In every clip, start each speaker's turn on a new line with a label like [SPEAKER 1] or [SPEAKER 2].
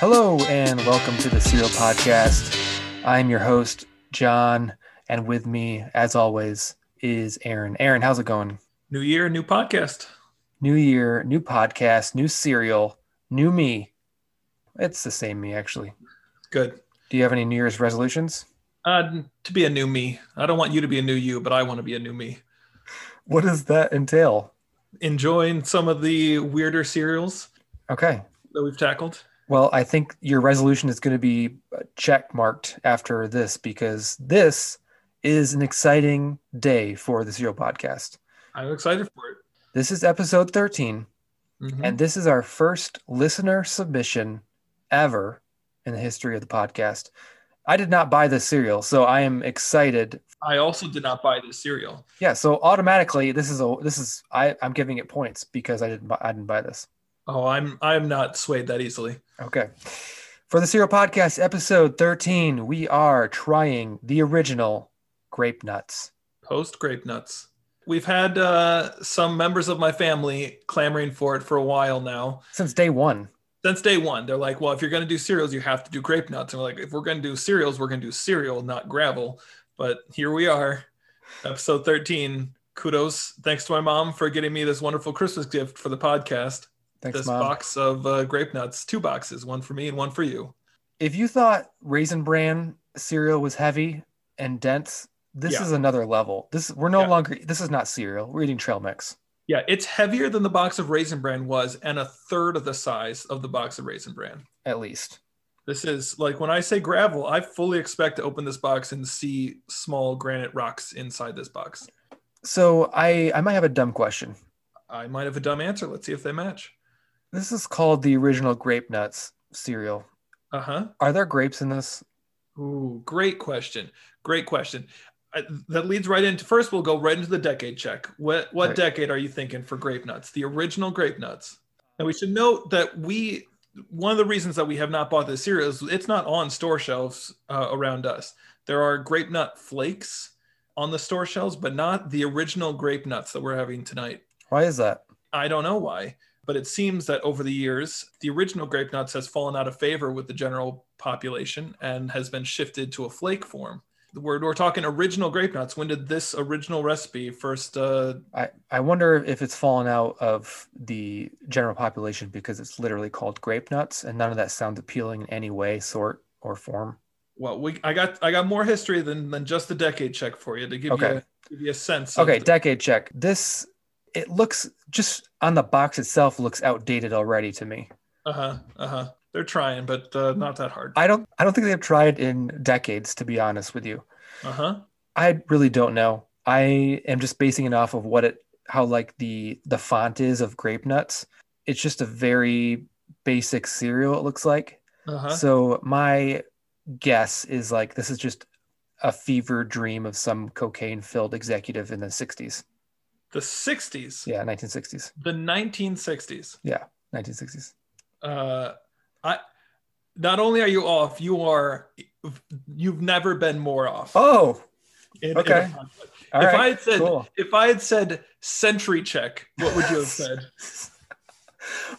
[SPEAKER 1] Hello, and welcome to the Serial Podcast. I'm your host, John, and with me, as always, is Aaron. Aaron, how's it going?
[SPEAKER 2] New year, new podcast.
[SPEAKER 1] New year, new podcast, new serial, new me. It's the same me, actually.
[SPEAKER 2] Good.
[SPEAKER 1] Do you have any New Year's resolutions?
[SPEAKER 2] Uh, to be a new me. I don't want you to be a new you, but I want to be a new me.
[SPEAKER 1] What does that entail?
[SPEAKER 2] Enjoying some of the weirder serials
[SPEAKER 1] Okay.
[SPEAKER 2] that we've tackled.
[SPEAKER 1] Well, I think your resolution is going to be check marked after this because this is an exciting day for the Serial Podcast.
[SPEAKER 2] I'm excited for it.
[SPEAKER 1] This is episode 13.
[SPEAKER 2] Mhm.
[SPEAKER 1] And this is our first listener submission ever in the history of the podcast. I did not buy this cereal, so I am excited.
[SPEAKER 2] I also did not buy this cereal.
[SPEAKER 1] Yeah, so automatically this is a this is I I'm giving it points because I didn't buy, I didn't buy this.
[SPEAKER 2] Oh, I'm I'm not swayed that easily.
[SPEAKER 1] Okay. For the Cereal Podcast episode 13, we are trying the original grape nuts.
[SPEAKER 2] Post grape nuts. We've had uh, some members of my family clamoring for it for a while now.
[SPEAKER 1] Since day 1.
[SPEAKER 2] Since day one, they're like, well, if you're going to do cereals, you have to do grape nuts. And we're like, if we're going to do cereals, we're going to do cereal, not gravel. But here we are, episode 13. Kudos. Thanks to my mom for getting me this wonderful Christmas gift for the podcast.
[SPEAKER 1] Thanks
[SPEAKER 2] this
[SPEAKER 1] mom.
[SPEAKER 2] box of uh, grape nuts, two boxes, one for me and one for you.
[SPEAKER 1] If you thought Raisin Bran cereal was heavy and dense, this
[SPEAKER 2] Yeah.
[SPEAKER 1] is another level. This we're no
[SPEAKER 2] Yeah.
[SPEAKER 1] longer this is not cereal. We're eating trail mix.
[SPEAKER 2] Yeah, it's heavier than the box of Raisin Bran was and a third of the size of the box of Raisin Bran.
[SPEAKER 1] at least.
[SPEAKER 2] This is like when I say gravel, I fully expect to open this box and see small granite rocks inside this box.
[SPEAKER 1] So I I might have a dumb question.
[SPEAKER 2] I might have a dumb answer. Let's see if they match.
[SPEAKER 1] This is called the original grape nuts cereal.
[SPEAKER 2] Uh huh.
[SPEAKER 1] Are there grapes in this?
[SPEAKER 2] Ooh, great question. Great question. I, that leads right into first. We'll go right into the decade check. What what
[SPEAKER 1] Right.
[SPEAKER 2] decade are you thinking for grape nuts? The original grape nuts. And we should note that we one of the reasons that we have not bought this cereal is it's not on store shelves uh, around us. There are grape nut flakes on the store shelves, but not the original grape nuts that we're having tonight.
[SPEAKER 1] Why is that?
[SPEAKER 2] I don't know why, but it seems that over the years, the original grape nuts has fallen out of favor with the general population and has been shifted to a flake form. We're, we're talking original grape nuts. When did this original recipe first? Uh,
[SPEAKER 1] I, I wonder if it's fallen out of the general population because it's literally called grape nuts and none of that sounds appealing in any way, sort, or form.
[SPEAKER 2] well, we I got I got more history than than just the decade check for you to give
[SPEAKER 1] Okay.
[SPEAKER 2] you a, give you a sense.
[SPEAKER 1] Okay,
[SPEAKER 2] of the,
[SPEAKER 1] decade check. This, it looks just on the box itself looks outdated already to me.
[SPEAKER 2] uh huh uh huh. They're trying, but uh, not that hard.
[SPEAKER 1] I don't I don't think they've tried in decades to be honest with you.
[SPEAKER 2] Uh huh.
[SPEAKER 1] I really don't know. I am just basing it off of what it how like the the font is of grape nuts. It's just a very basic cereal it looks like.
[SPEAKER 2] Uh huh.
[SPEAKER 1] So my guess is like this is just a fever dream of some cocaine filled executive in the 60s.
[SPEAKER 2] The 60s,
[SPEAKER 1] Yeah, 1960s.
[SPEAKER 2] the 1960s.
[SPEAKER 1] 1960s.
[SPEAKER 2] uh, I not only are you off, you are you've never been more off.
[SPEAKER 1] Oh,
[SPEAKER 2] in- in
[SPEAKER 1] okay.
[SPEAKER 2] a podcast.
[SPEAKER 1] all
[SPEAKER 2] if
[SPEAKER 1] right.
[SPEAKER 2] I had said
[SPEAKER 1] cool.
[SPEAKER 2] if I had said century check, what would you have said?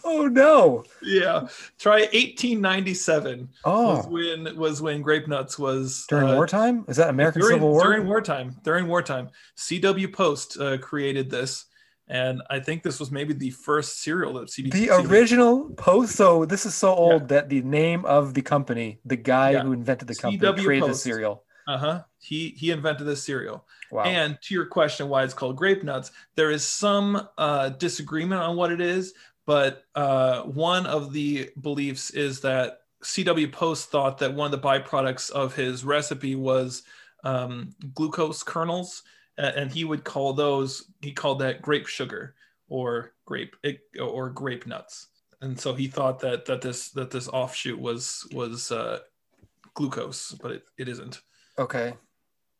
[SPEAKER 1] Oh no.
[SPEAKER 2] yeah, try 1897 was
[SPEAKER 1] Oh,
[SPEAKER 2] when was when grape nuts was
[SPEAKER 1] during
[SPEAKER 2] uh,
[SPEAKER 1] wartime? Is that American
[SPEAKER 2] during,
[SPEAKER 1] Civil War?
[SPEAKER 2] during wartime. During wartime, CW Post uh, created this, and I think this was maybe the first cereal that CB
[SPEAKER 1] the
[SPEAKER 2] CW
[SPEAKER 1] original post so this is so old that the name of the company the guy
[SPEAKER 2] Yeah.
[SPEAKER 1] who invented the company
[SPEAKER 2] CW
[SPEAKER 1] created
[SPEAKER 2] Post.
[SPEAKER 1] the cereal
[SPEAKER 2] Uh huh. He he invented this cereal.
[SPEAKER 1] wow
[SPEAKER 2] And to your question, why it's called grape nuts, there is some uh, disagreement on what it is, but uh, one of the beliefs is that C.W. Post thought that one of the byproducts of his recipe was um, glucose kernels, a- and he would call those he called that grape sugar or grape or grape nuts, and so he thought that that this that this offshoot was was uh, glucose, but it, it isn't.
[SPEAKER 1] okay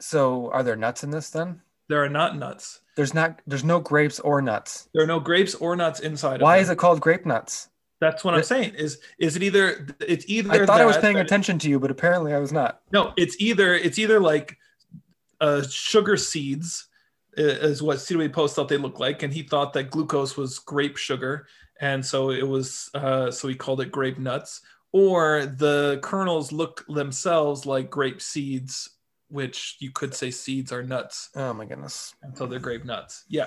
[SPEAKER 1] so are there nuts in this then
[SPEAKER 2] There are not nuts.
[SPEAKER 1] there's not there's no grapes or nuts
[SPEAKER 2] There are no grapes or nuts inside.
[SPEAKER 1] why
[SPEAKER 2] of
[SPEAKER 1] is it called grape nuts
[SPEAKER 2] That's what I'm saying. Is is it either? It's either.
[SPEAKER 1] i thought i was
[SPEAKER 2] that-
[SPEAKER 1] paying attention to you but apparently i was not
[SPEAKER 2] No, it's either. It's either like uh, sugar seeds i- is what CW Post thought they looked like, and he thought that glucose was grape sugar, and so it was. Uh, so he called it grape nuts. or the kernels look themselves like grape seeds, which you could say seeds are nuts,
[SPEAKER 1] Oh my goodness.
[SPEAKER 2] and so they're grape nuts. Yeah,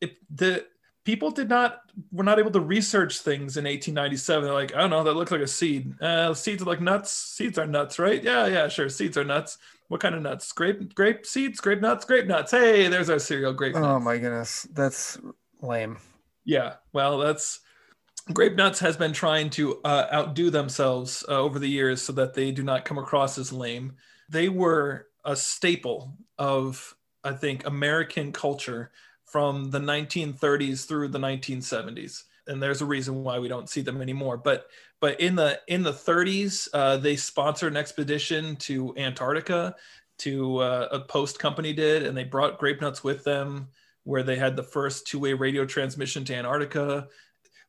[SPEAKER 2] it, the people did not were not able to research things in 1897. They're like, I don't know, that looks like a seed. Uh, seeds are like nuts. Seeds are nuts, right? Yeah, yeah, sure. Seeds are nuts. What kind of nuts? Grape grape seeds, grape nuts, grape nuts. Hey, there's our cereal grape.
[SPEAKER 1] Oh
[SPEAKER 2] nuts.
[SPEAKER 1] my goodness. That's lame.
[SPEAKER 2] Yeah, well, that's Grape Nuts has been trying to uh, outdo themselves uh, over the years so that they do not come across as lame. They were a staple of, I think, American culture from the 1930s through the 1970s. And there's a reason why we don't see them anymore. But but in the in the 30s, uh, they sponsored an expedition to Antarctica. To uh, a post company did, and they brought grape nuts with them where they had the first two-way radio transmission to Antarctica.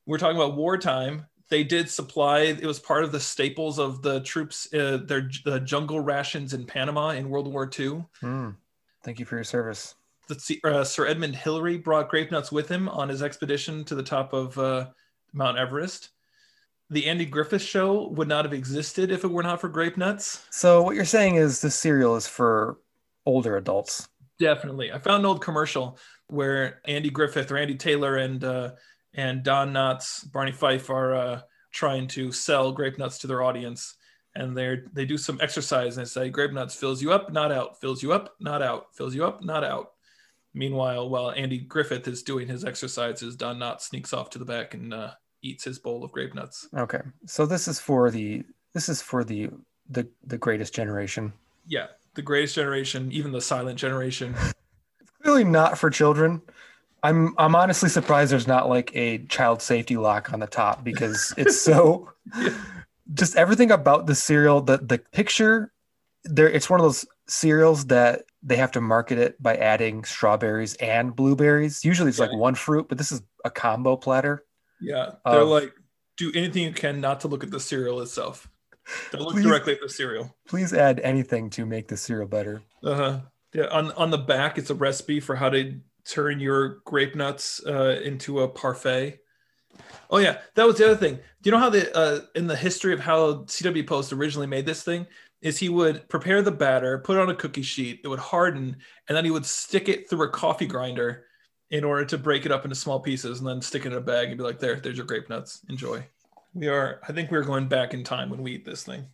[SPEAKER 2] We're talking about wartime. They did supply. It was part of the staples of the troops. Uh, their the jungle rations in Panama in World War II.
[SPEAKER 1] Hmm. Thank you for your service.
[SPEAKER 2] The, uh, Sir Edmund Hillary brought grape nuts with him on his expedition to the top of uh, Mount Everest. The Andy Griffith Show would not have existed if it were not for grape nuts.
[SPEAKER 1] So what you're saying is this cereal is for older adults.
[SPEAKER 2] Definitely. I found an old commercial where Andy Griffith or Andy Taylor and uh, and Don Knotts, Barney Fife are uh, trying to sell grape nuts to their audience. And they they do some exercise and they say, grape nuts fills you up, not out, fills you up, not out, fills you up, not out. Meanwhile, while Andy Griffith is doing his exercises, Don Knotts sneaks off to the back and uh, eats his bowl of grape nuts.
[SPEAKER 1] Okay. So this is for the this is for the the, the greatest generation.
[SPEAKER 2] Yeah, the greatest generation, even the silent generation.
[SPEAKER 1] Really not for children. I'm I'm honestly surprised there's not like a child safety lock on the top because it's so
[SPEAKER 2] Yeah.
[SPEAKER 1] just everything about the cereal, the the picture there it's one of those cereals that they have to market it by adding strawberries and blueberries. Usually it's like one fruit, but this is a combo platter.
[SPEAKER 2] Yeah, they're
[SPEAKER 1] of-
[SPEAKER 2] like, do anything you can not to look at the cereal itself. Don't look
[SPEAKER 1] Please.
[SPEAKER 2] directly at the cereal.
[SPEAKER 1] Please add anything to make the cereal better.
[SPEAKER 2] Uh huh. Yeah, on on the back, it's a recipe for how to turn your grape nuts uh, into a parfait. Oh yeah, that was the other thing. Do you know how the uh, in the history of how CW Post originally made this thing is he would prepare the batter, put it on a cookie sheet, it would harden, and then he would stick it through a coffee grinder in order to break it up into small pieces, and then stick it in a bag and be like, "There, there's your grape nuts. Enjoy." We are. I think we're going back in time when we eat this thing.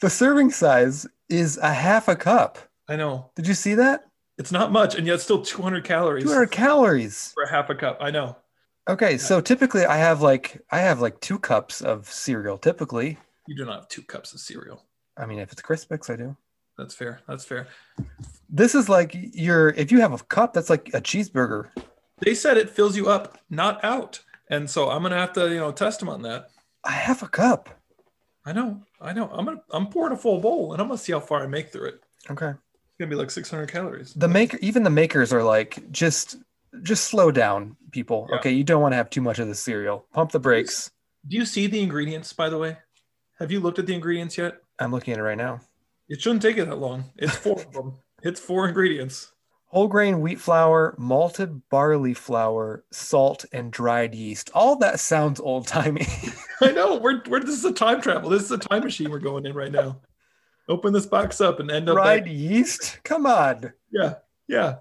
[SPEAKER 1] The serving size is a half a cup.
[SPEAKER 2] I know
[SPEAKER 1] Did you see that?
[SPEAKER 2] it's not much, and yet it's still 200 calories.
[SPEAKER 1] 200 calories.
[SPEAKER 2] for half a cup. I know.
[SPEAKER 1] Okay, so typically I have like I have like 2 cups of cereal typically.
[SPEAKER 2] You do not have two cups of cereal.
[SPEAKER 1] I mean, if it's Crispix, I do.
[SPEAKER 2] That's fair. That's fair.
[SPEAKER 1] This is like your if you have a cup, that's like a cheeseburger.
[SPEAKER 2] They said it fills you up, not out. And so I'm gonna have to, you know, test them on that.
[SPEAKER 1] A half a cup.
[SPEAKER 2] I know, I know. I'm gonna I'm pouring a full bowl and I'm gonna see how far I make through it. It's
[SPEAKER 1] Okay.
[SPEAKER 2] gonna be like 600 calories.
[SPEAKER 1] The maker even the makers are like just just slow down, people.
[SPEAKER 2] Yeah.
[SPEAKER 1] Okay, you don't want to have too much of the cereal. Pump the brakes.
[SPEAKER 2] Do you see the ingredients, by the way? Have you looked at the ingredients yet?
[SPEAKER 1] I'm looking at it right now.
[SPEAKER 2] It shouldn't take it that long. It's four of them. It's four ingredients.
[SPEAKER 1] Whole grain wheat flour, malted barley flour, salt, and dried yeast. All that sounds old timey.
[SPEAKER 2] I know. We're, we're this is a time travel. This is a time machine we're going in right now. Open this box up and end up back
[SPEAKER 1] dried yeast? Come on.
[SPEAKER 2] Yeah, yeah.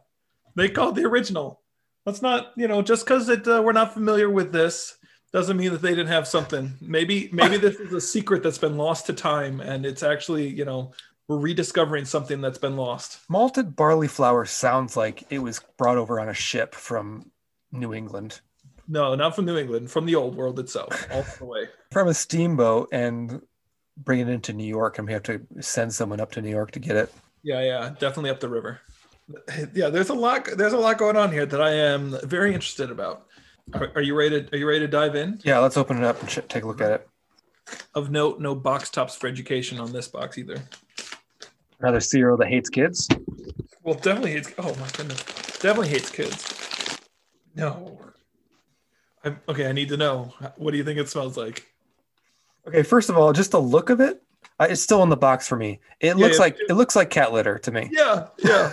[SPEAKER 2] They called the original. Let's not, you know, just because it uh, we're not familiar with this doesn't mean that they didn't have something. Maybe, maybe this is a secret that's been lost to time, and it's actually, you know, we're rediscovering something that's been lost.
[SPEAKER 1] Malted barley flour sounds like it was brought over on a ship from New England.
[SPEAKER 2] No, not from New England, from the old world itself, all the way.
[SPEAKER 1] from a steamboat and bring it into New York, and we have to send someone up to New York to get it.
[SPEAKER 2] Yeah, yeah, definitely up the river. Yeah, there's a lot, there's a lot going on here that I am very interested about. Are, are you ready? To, are you ready to dive in?
[SPEAKER 1] Yeah, let's open it up and ch- take a look at it.
[SPEAKER 2] Of note, no box tops for education on this box either.
[SPEAKER 1] Another cereal that hates kids.
[SPEAKER 2] Well, definitely hates. Oh my goodness, definitely hates kids. No. I'm, okay, I need to know. What do you think it smells like?
[SPEAKER 1] Okay, first of all, just the look of it. I, it's still in the box for me. It
[SPEAKER 2] Yeah,
[SPEAKER 1] looks
[SPEAKER 2] yeah.
[SPEAKER 1] like it looks like cat litter to me.
[SPEAKER 2] Yeah, yeah.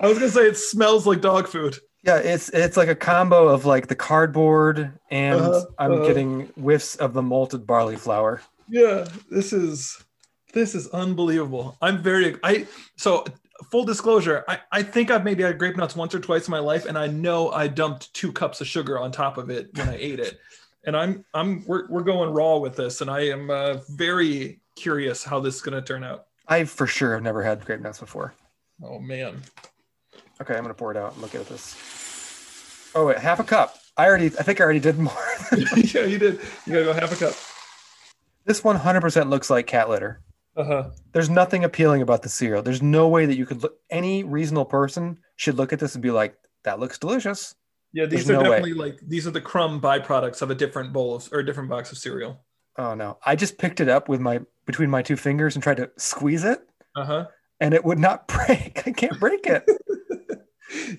[SPEAKER 2] I was gonna say it smells like dog food.
[SPEAKER 1] Yeah, it's it's like a combo of like the cardboard and
[SPEAKER 2] Uh-huh,
[SPEAKER 1] I'm
[SPEAKER 2] uh-huh.
[SPEAKER 1] getting whiffs of the malted barley flour.
[SPEAKER 2] yeah this is this is unbelievable i'm very i so full disclosure i, I think i've maybe had grape nuts once or twice in my life and i know i dumped two cups of sugar on top of it when i ate it and i'm i'm we're, we're going raw with this and i am uh, very curious how this is going to turn out
[SPEAKER 1] I for sure have never had grape nuts before.
[SPEAKER 2] oh man
[SPEAKER 1] Okay, I'm gonna pour it out and look at this. Oh wait, half a cup. I already I think I already did more.
[SPEAKER 2] yeah you did you gotta go half a cup
[SPEAKER 1] this one hundred percent looks like cat litter.
[SPEAKER 2] uh-huh
[SPEAKER 1] There's nothing appealing about the cereal. There's no way that you could look any reasonable person should look at this and be like, that looks delicious.
[SPEAKER 2] yeah these
[SPEAKER 1] There's
[SPEAKER 2] are
[SPEAKER 1] no way.
[SPEAKER 2] definitely like these are the crumb byproducts of a different bowl of or a different box of cereal
[SPEAKER 1] Oh no. I just picked it up with my between my two fingers and tried to squeeze it
[SPEAKER 2] uh-huh
[SPEAKER 1] and it would not break. I can't break it.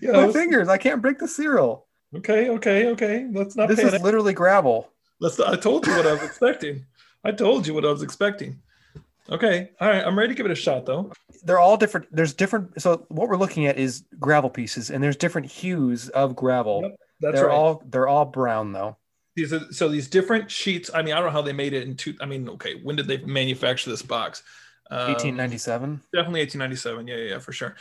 [SPEAKER 2] yeah
[SPEAKER 1] my fingers. I can't break the cereal.
[SPEAKER 2] okay okay okay let's not
[SPEAKER 1] This
[SPEAKER 2] panic.
[SPEAKER 1] is literally gravel.
[SPEAKER 2] That's I told you what I was expecting. I told you what I was expecting. Okay. All right. I'm ready to give it a shot though.
[SPEAKER 1] They're all different. There's different. So what we're looking at is gravel pieces, and there's different hues of gravel.
[SPEAKER 2] Yep, That's
[SPEAKER 1] they're
[SPEAKER 2] right.
[SPEAKER 1] all they're all brown though.
[SPEAKER 2] these are, so these different sheets. I mean, I don't know how they made it in two. I mean, okay, when did they manufacture this box? Um,
[SPEAKER 1] 1897.
[SPEAKER 2] Definitely 1897. Yeah, yeah, yeah, for sure.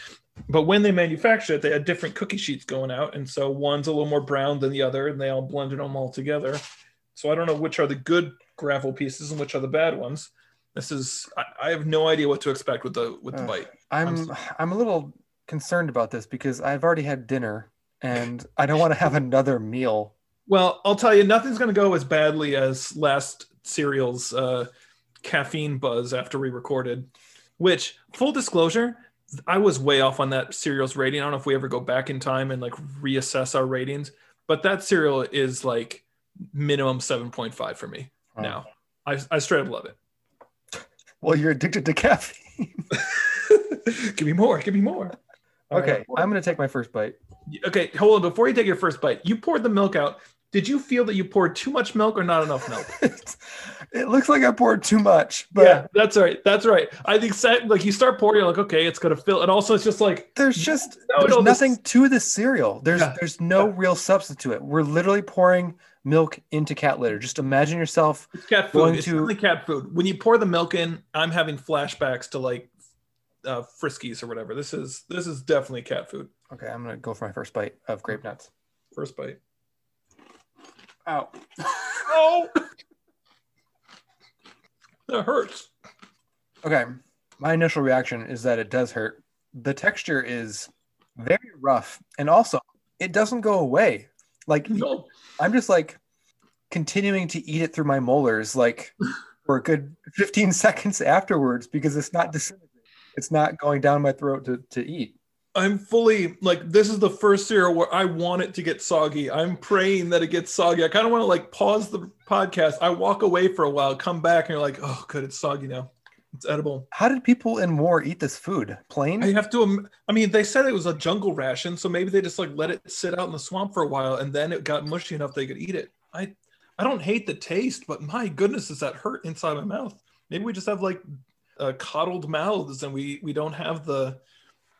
[SPEAKER 2] But when they manufactured it, they had different cookie sheets going out, and so one's a little more brown than the other, and they all blended them all together. So I don't know which are the good gravel pieces and which are the bad ones. This is I, I have no idea what to expect with the with the
[SPEAKER 1] Ugh.
[SPEAKER 2] bite.
[SPEAKER 1] I'm I'm a little concerned about this because I've already had dinner and I don't want to have another meal.
[SPEAKER 2] Well, I'll tell you, nothing's going to go as badly as last serial's uh, caffeine buzz after we recorded. Which, full disclosure, I was way off on that serial's rating. I don't know if we ever go back in time and like reassess our ratings, but that serial is like minimum seven point five for me
[SPEAKER 1] Oh.
[SPEAKER 2] now. I, I straight up love
[SPEAKER 1] Well, you're addicted to caffeine.
[SPEAKER 2] it. give me more. Give me more. All right,
[SPEAKER 1] okay, I'm gonna take my first bite.
[SPEAKER 2] Okay, hold on. Before you take your first bite, you poured the milk out. Did you feel that you poured too much milk or not enough milk?
[SPEAKER 1] it looks like I poured too much, but
[SPEAKER 2] yeah, that's right. That's right. I think sa- like you start pouring, you're like, okay, it's gonna fill. And also, it's just like,
[SPEAKER 1] there's just
[SPEAKER 2] No,
[SPEAKER 1] there's
[SPEAKER 2] no, this-
[SPEAKER 1] nothing to this cereal. There's
[SPEAKER 2] Yeah.
[SPEAKER 1] there's no real substance to it. We're literally pouring milk into cat litter. Just imagine yourself.
[SPEAKER 2] it's cat
[SPEAKER 1] Going
[SPEAKER 2] food. It's
[SPEAKER 1] to-
[SPEAKER 2] only cat food. When you pour the milk in, I'm having flashbacks to like uh, Friskies or whatever. This is this is definitely cat food.
[SPEAKER 1] Okay, I'm gonna go for my first bite of grape nuts.
[SPEAKER 2] First bite.
[SPEAKER 1] Ow.
[SPEAKER 2] Oh, that hurts.
[SPEAKER 1] Okay, my initial reaction is that it does hurt. The texture is very rough, and also it doesn't go away. Like
[SPEAKER 2] No,
[SPEAKER 1] I'm just like continuing to eat it through my molars, like for a good 15 seconds afterwards, because it's not disintegrating. It's not going down my throat to, to eat.
[SPEAKER 2] I'm fully like this is the first cereal where I want it to get soggy. I'm praying that it gets soggy. I kind of want to like pause the podcast. I walk away for a while, come back, and you're like, oh, good, it's soggy now. It's edible.
[SPEAKER 1] How did people in war eat this food? Plain?
[SPEAKER 2] I have to. im- I mean, they said it was a jungle ration, so maybe they just like let it sit out in the swamp for a while, and then it got mushy enough they could eat it. I, I don't hate the taste, but my goodness, does that hurt inside my mouth? Maybe we just have like uh, coddled mouths, and we we don't have the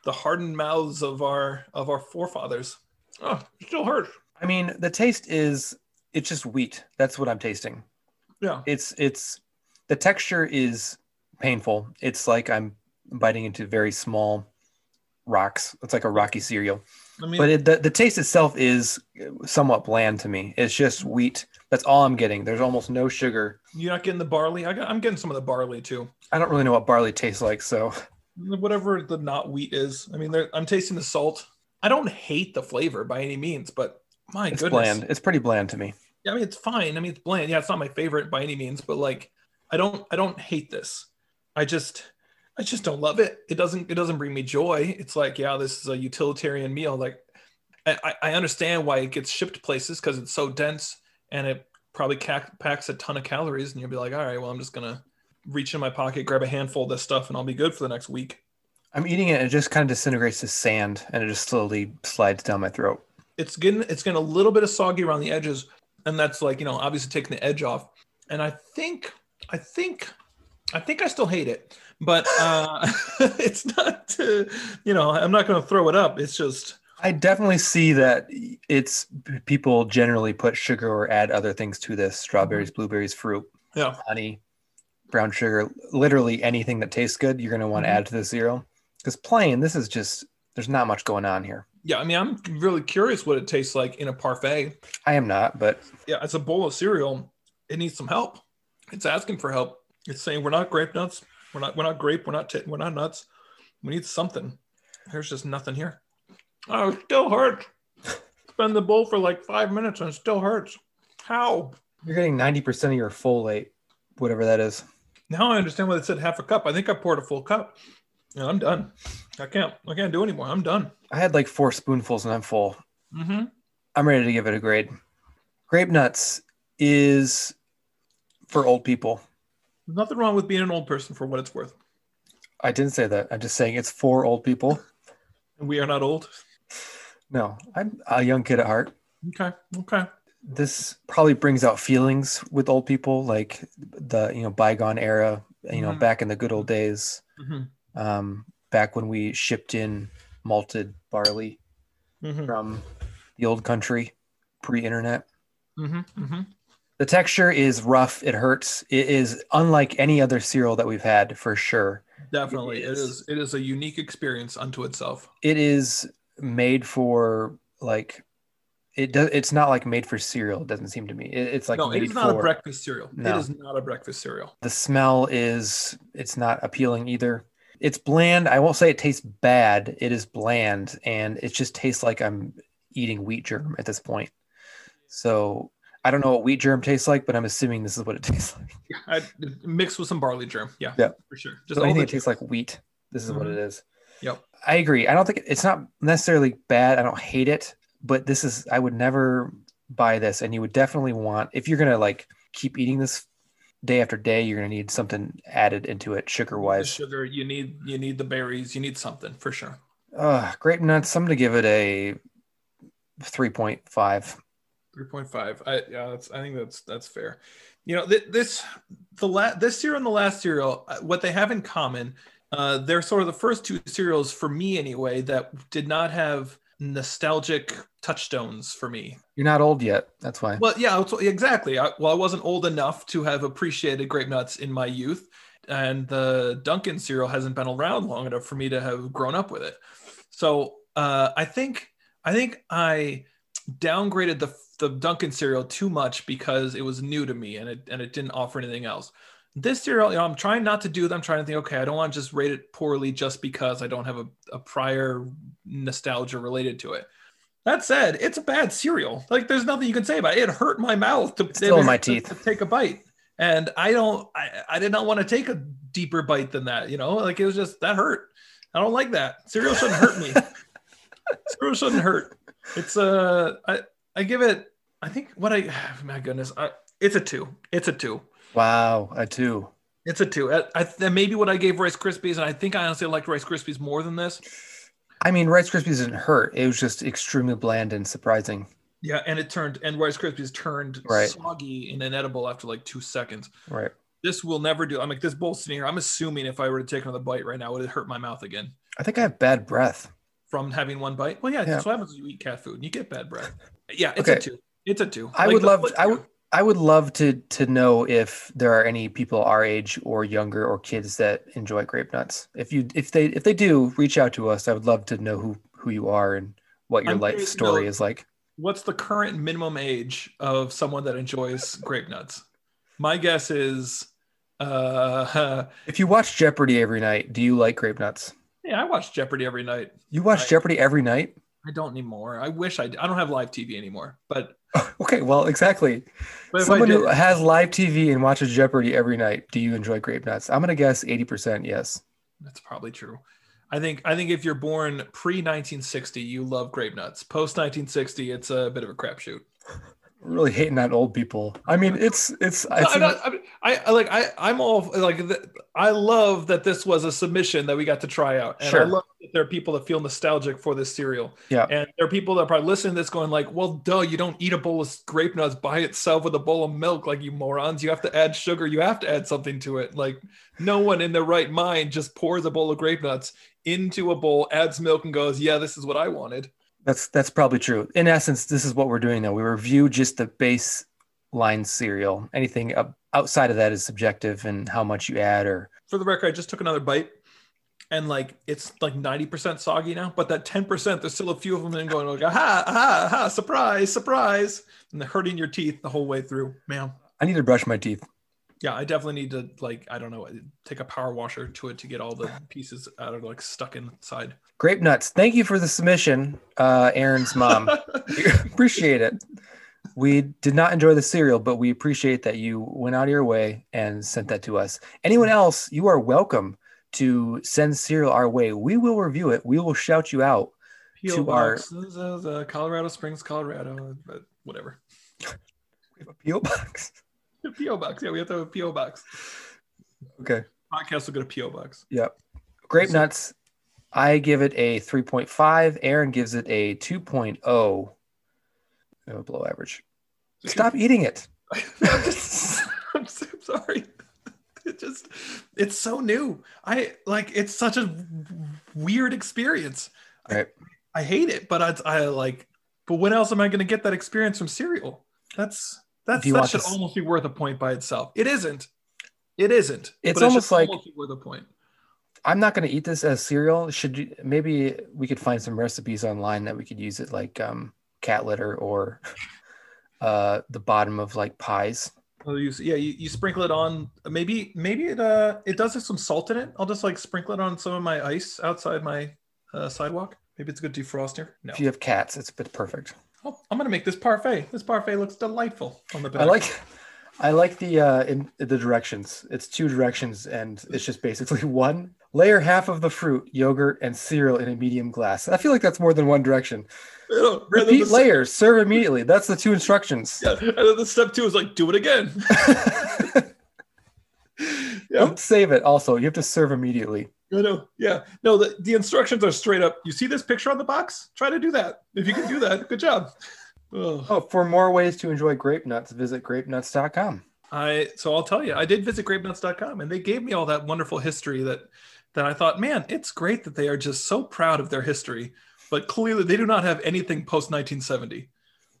[SPEAKER 2] the hardened mouths of our of our forefathers. Oh, it still hurts.
[SPEAKER 1] I mean, the taste is it's just wheat. That's what I'm tasting.
[SPEAKER 2] Yeah,
[SPEAKER 1] It's it's the texture is painful. It's like I'm biting into very small rocks. It's like a rocky cereal.
[SPEAKER 2] I mean,
[SPEAKER 1] But it, the, the taste itself is somewhat bland to me. It's just wheat. That's all I'm getting. There's almost no sugar.
[SPEAKER 2] you're not getting the barley. I got, I'm getting some of the barley too.
[SPEAKER 1] I don't really know what barley tastes like, so
[SPEAKER 2] Whatever the not wheat is. I mean, there- I'm tasting the salt. I don't hate the flavor by any means, but my
[SPEAKER 1] it's
[SPEAKER 2] goodness.
[SPEAKER 1] bland. It's pretty bland to me.
[SPEAKER 2] Yeah, I mean, it's fine. I mean, it's bland. Yeah, it's not my favorite by any means, but like, I don't, I don't hate this. I just, I just don't love it. It doesn't, it doesn't bring me joy. It's like, yeah, this is a utilitarian meal. Like, I, I- I understand why it gets shipped places because it's so dense and it probably ca- packs a ton of calories. And you'll be like, all right, well, I'm just gonna reach in my pocket, grab a handful of this stuff, and I'll be good for the next week.
[SPEAKER 1] I'm eating it and it just kind of disintegrates to sand and it just slowly slides down my throat.
[SPEAKER 2] it's getting it's getting a little bit of soggy around the edges and that's like you know obviously taking the edge off and i think i think i think i still hate it but uh it's not uh, you know i'm not going to throw it up it's just
[SPEAKER 1] I definitely see that it's people generally put sugar or add other things to this strawberries, blueberries, fruit,
[SPEAKER 2] Yeah.
[SPEAKER 1] honey, brown sugar, literally anything that tastes good, you're going to want to add to the cereal. Because plain, this is just, there's not much going on here.
[SPEAKER 2] Yeah. I mean, I'm really curious what it tastes like in a parfait.
[SPEAKER 1] I am not, but
[SPEAKER 2] Yeah. It's a bowl of cereal. It needs some help. It's asking for help. It's saying we're not grape nuts. We're not. We're not grape. We're not. T- we're not nuts. We need something. There's just nothing here. Oh, it still hurts. It's been in the bowl for like five minutes and it still hurts. How?
[SPEAKER 1] you're getting 90% of your folate, whatever that is.
[SPEAKER 2] Now I understand why they said half a cup. I think I poured a full cup. Yeah, I'm done. I can't. I can't do anymore. I'm done.
[SPEAKER 1] I had like four spoonfuls and I'm full.
[SPEAKER 2] Mm-hmm.
[SPEAKER 1] I'm ready to give it a grade. Grape nuts is for old people.
[SPEAKER 2] Nothing wrong with being an old person for what it's worth.
[SPEAKER 1] I didn't say that. I'm just saying it's for old people.
[SPEAKER 2] And we are not old.
[SPEAKER 1] No, I'm a young kid at heart.
[SPEAKER 2] Okay. Okay.
[SPEAKER 1] This probably brings out feelings with old people, like the you know bygone era. You know,
[SPEAKER 2] Mhm.
[SPEAKER 1] back in the good old days,
[SPEAKER 2] Mm-hmm.
[SPEAKER 1] um, back when we shipped in malted barley
[SPEAKER 2] Mm-hmm.
[SPEAKER 1] from the old country, pre-internet.
[SPEAKER 2] Mm-hmm. Mm-hmm.
[SPEAKER 1] The texture is rough. It hurts. It is unlike any other cereal that we've had for sure.
[SPEAKER 2] Definitely.
[SPEAKER 1] It
[SPEAKER 2] It
[SPEAKER 1] is.
[SPEAKER 2] is. It is a unique experience unto itself.
[SPEAKER 1] It is made for like it does. It's not like made for cereal. It doesn't seem to me. It, it's like
[SPEAKER 2] no,
[SPEAKER 1] made
[SPEAKER 2] it is not
[SPEAKER 1] for
[SPEAKER 2] a breakfast cereal.
[SPEAKER 1] No.
[SPEAKER 2] It is not a breakfast cereal.
[SPEAKER 1] the smell is. It's not appealing either. It's bland. I won't say it tastes bad. It is bland, and it just tastes like I'm eating wheat germ at this point. So I don't know what wheat germ tastes like, but I'm assuming this is what it tastes like.
[SPEAKER 2] I, mixed with some barley germ. Yeah.
[SPEAKER 1] Yeah.
[SPEAKER 2] For sure.
[SPEAKER 1] So anything
[SPEAKER 2] all the Mm-hmm.
[SPEAKER 1] that tastes like wheat, this is what it is.
[SPEAKER 2] Yep.
[SPEAKER 1] I agree. I don't think it's not necessarily bad. I don't hate it, but this is I would never buy this, and you would definitely want if you're gonna like keep eating this day after day, you're gonna need something added into it sugar
[SPEAKER 2] the
[SPEAKER 1] wise.
[SPEAKER 2] sugar. You need. You need the berries. You need something for sure.
[SPEAKER 1] Uh, grape nuts. I'm gonna give it a three point five.
[SPEAKER 2] Three point five. I yeah, that's, I think that's that's fair. You know, th- this the la- this cereal and the last cereal, uh, what they have in common, uh, they're sort of the first two cereals for me anyway that did not have nostalgic touchstones for me.
[SPEAKER 1] You're not old yet. That's why.
[SPEAKER 2] Well, yeah, that's- exactly. I, well, I wasn't old enough to have appreciated grape nuts in my youth, and the Dunkin' cereal hasn't been around long enough for me to have grown up with it. So uh, I think I think I downgraded the the Dunkin' cereal too much because it was new to me and it and it didn't offer anything else. This cereal, you know, I'm trying not to do that. I'm trying to think, okay, I don't want to just rate it poorly just because I don't have a, a prior nostalgia related to it. That said, it's a bad cereal. Like, there's nothing you can say about it. It hurt my mouth to,
[SPEAKER 1] It's still in my
[SPEAKER 2] to-
[SPEAKER 1] teeth.
[SPEAKER 2] to take a bite, and I don't. I, I did not want to take a deeper bite than that. You know, like it was just that hurt. I don't like that. Cereal shouldn't hurt me. cereal shouldn't hurt. It's uh, I I give it. I think what I my goodness, I, it's a two. It's a two.
[SPEAKER 1] Wow, a two.
[SPEAKER 2] It's a two. I, I that may be what I gave Rice Krispies, and I think I honestly liked Rice Krispies more than this.
[SPEAKER 1] I mean, Rice Krispies didn't hurt. It was just extremely bland and surprising.
[SPEAKER 2] Yeah, and it turned and Rice Krispies turned
[SPEAKER 1] Right.
[SPEAKER 2] soggy and inedible after like two seconds.
[SPEAKER 1] Right.
[SPEAKER 2] This will never do. I'm like this bowl sitting here. I'm assuming if I were to take another bite right now, it would hurt my mouth again
[SPEAKER 1] I think I have bad breath.
[SPEAKER 2] from having one bite. Well, yeah,
[SPEAKER 1] Yeah.
[SPEAKER 2] that's what happens when you eat cat food and you get bad breath. Yeah, it's
[SPEAKER 1] Okay.
[SPEAKER 2] a two. It's a two.
[SPEAKER 1] I
[SPEAKER 2] Like
[SPEAKER 1] would
[SPEAKER 2] the
[SPEAKER 1] love.
[SPEAKER 2] foot-
[SPEAKER 1] I would. I would love to to know if there are any people our age or younger or kids that enjoy grape nuts. If you if they if they do, reach out to us. I would love to know who who you are and what your
[SPEAKER 2] I'm
[SPEAKER 1] life
[SPEAKER 2] curious to
[SPEAKER 1] story
[SPEAKER 2] know-
[SPEAKER 1] is like.
[SPEAKER 2] What's the current minimum age of someone that enjoys grape nuts? My guess is, uh,
[SPEAKER 1] If you watch Jeopardy every night, do you like grape nuts?
[SPEAKER 2] yeah, I watch Jeopardy every night.
[SPEAKER 1] You watch
[SPEAKER 2] I-
[SPEAKER 1] Jeopardy every night.
[SPEAKER 2] I don't anymore. I wish I. d- I don't have live TV anymore, but
[SPEAKER 1] Okay, well, exactly.
[SPEAKER 2] but if I
[SPEAKER 1] Someone
[SPEAKER 2] did,
[SPEAKER 1] who has live TV and watches Jeopardy every night, do you enjoy grape nuts? I'm gonna guess eighty percent. Yes.
[SPEAKER 2] That's probably true. I think I think if you're born pre 1960, you love grape nuts. Post 1960, it's a bit of a crapshoot.
[SPEAKER 1] Really hating on old people. I mean, it's it's.
[SPEAKER 2] No,
[SPEAKER 1] it's
[SPEAKER 2] I'm not- I, mean, I, I like I I'm all like th- I love that this was a submission that we got to try out, and
[SPEAKER 1] Sure.
[SPEAKER 2] I love that there are people that feel nostalgic for this cereal.
[SPEAKER 1] Yeah.
[SPEAKER 2] and there are people that are probably listening to this going like, "Well, duh, you don't eat a bowl of grape nuts by itself with a bowl of milk, like you morons. You have to add sugar. You have to add something to it. Like no one in their right mind just pours a bowl of grape nuts into a bowl, adds milk, and goes, "Yeah, this is what I wanted."
[SPEAKER 1] That's that's probably true. In essence, this is what we're doing now. We review just the baseline cereal. Anything up, outside of that is subjective, and how much you add or
[SPEAKER 2] For the record, I just took another bite, and like it's like ninety percent soggy now. But that ten percent, there's still a few of them in going like aha aha aha surprise surprise, and they're hurting your teeth the whole way through, man.
[SPEAKER 1] I need to brush my teeth.
[SPEAKER 2] Yeah, I definitely need to like I don't know, take a power washer to it to get all the pieces out of like stuck inside.
[SPEAKER 1] Grape nuts. Thank you for the submission, uh, Aaron's mom. appreciate it. We did not enjoy the cereal, but we appreciate that you went out of your way and sent that to us. Anyone else, you are welcome to send cereal our way. We will review it. We will shout you out.
[SPEAKER 2] PO
[SPEAKER 1] To our-
[SPEAKER 2] box, uh, the Colorado Springs, Colorado, but whatever.
[SPEAKER 1] PO box.
[SPEAKER 2] PO box, yeah, we have to have a PO box.
[SPEAKER 1] Okay.
[SPEAKER 2] Podcast will get a PO box.
[SPEAKER 1] Grape
[SPEAKER 2] So-
[SPEAKER 1] nuts. I give it a 3.5. Aaron gives it a 2.0. Uh, Below average. Stop eating it.
[SPEAKER 2] I'm, just, I'm so sorry. It just, it's so new. I like, it's such a weird experience.
[SPEAKER 1] Right.
[SPEAKER 2] I, I hate it, but I, I like. But when else am I going to get that experience from cereal? That's that's
[SPEAKER 1] Do you
[SPEAKER 2] that
[SPEAKER 1] want
[SPEAKER 2] should
[SPEAKER 1] this-
[SPEAKER 2] almost be worth a point by itself. It isn't. It isn't.
[SPEAKER 1] It's
[SPEAKER 2] but it should
[SPEAKER 1] almost like-
[SPEAKER 2] almost be worth a point.
[SPEAKER 1] I'm not going to eat this as cereal. Should you, maybe we could find some recipes online that we could use it like um, cat litter or uh, the bottom of like pies.
[SPEAKER 2] Oh, you, yeah, you, you sprinkle it on. Maybe maybe it uh it does have some salt in it. I'll just like sprinkle it on some of my ice outside my uh, sidewalk. Maybe it's a good defroster. No,
[SPEAKER 1] If you have cats, it's it's perfect.
[SPEAKER 2] Oh, I'm gonna make this parfait. This parfait looks delightful on the back.
[SPEAKER 1] I like I like the uh, in, the directions. It's two directions, and it's just basically one layer half of the fruit, yogurt, and cereal in a medium glass. I feel like that's more than one direction.
[SPEAKER 2] Ew, and then
[SPEAKER 1] Repeat
[SPEAKER 2] the-
[SPEAKER 1] layers, serve immediately. That's the two instructions.
[SPEAKER 2] Yeah, and then the step two is like do it again. yeah,
[SPEAKER 1] Don't save it. Also, you have to serve immediately.
[SPEAKER 2] no, no, yeah, no. The, the instructions are straight up. You see this picture on the box? Try to do that. If you can do that, good job. Ugh.
[SPEAKER 1] Oh, for more ways to enjoy grape nuts, visit grapenuts.com.
[SPEAKER 2] I so I'll tell you, I did visit grapenuts.com and they gave me all that wonderful history that that I thought, man, it's great that they are just so proud of their history, but clearly they do not have anything post 1970.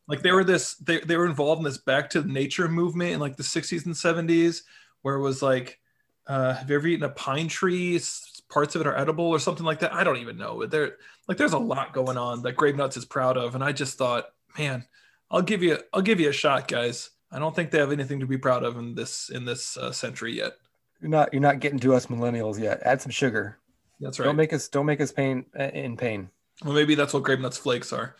[SPEAKER 2] Like they were this they, they were involved in this back to nature movement in like the 60s and 70s where it was like uh, have you ever eaten a pine tree? S- Parts of it are edible or something like that. I don't even know. There like there's a lot going on that Grape Nuts is proud of and I just thought, man, I'll give you I'll give you a shot, guys. I don't think they have anything to be proud of in this in this uh, century yet.
[SPEAKER 1] You're not you're not getting to us millennials yet. Add some sugar.
[SPEAKER 2] That's right.
[SPEAKER 1] Don't make us don't make us pain uh, in pain.
[SPEAKER 2] well, maybe that's what grape nuts flakes are.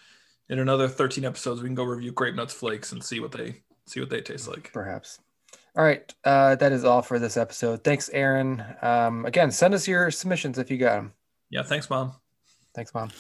[SPEAKER 2] In another 13 episodes, we can go review grape nuts flakes and see what they see what they taste like.
[SPEAKER 1] Perhaps. All right, uh, that is all for this episode. Thanks, Aaron. Um, again, send us your submissions if you got them.
[SPEAKER 2] Yeah, thanks, mom.
[SPEAKER 1] Thanks, mom.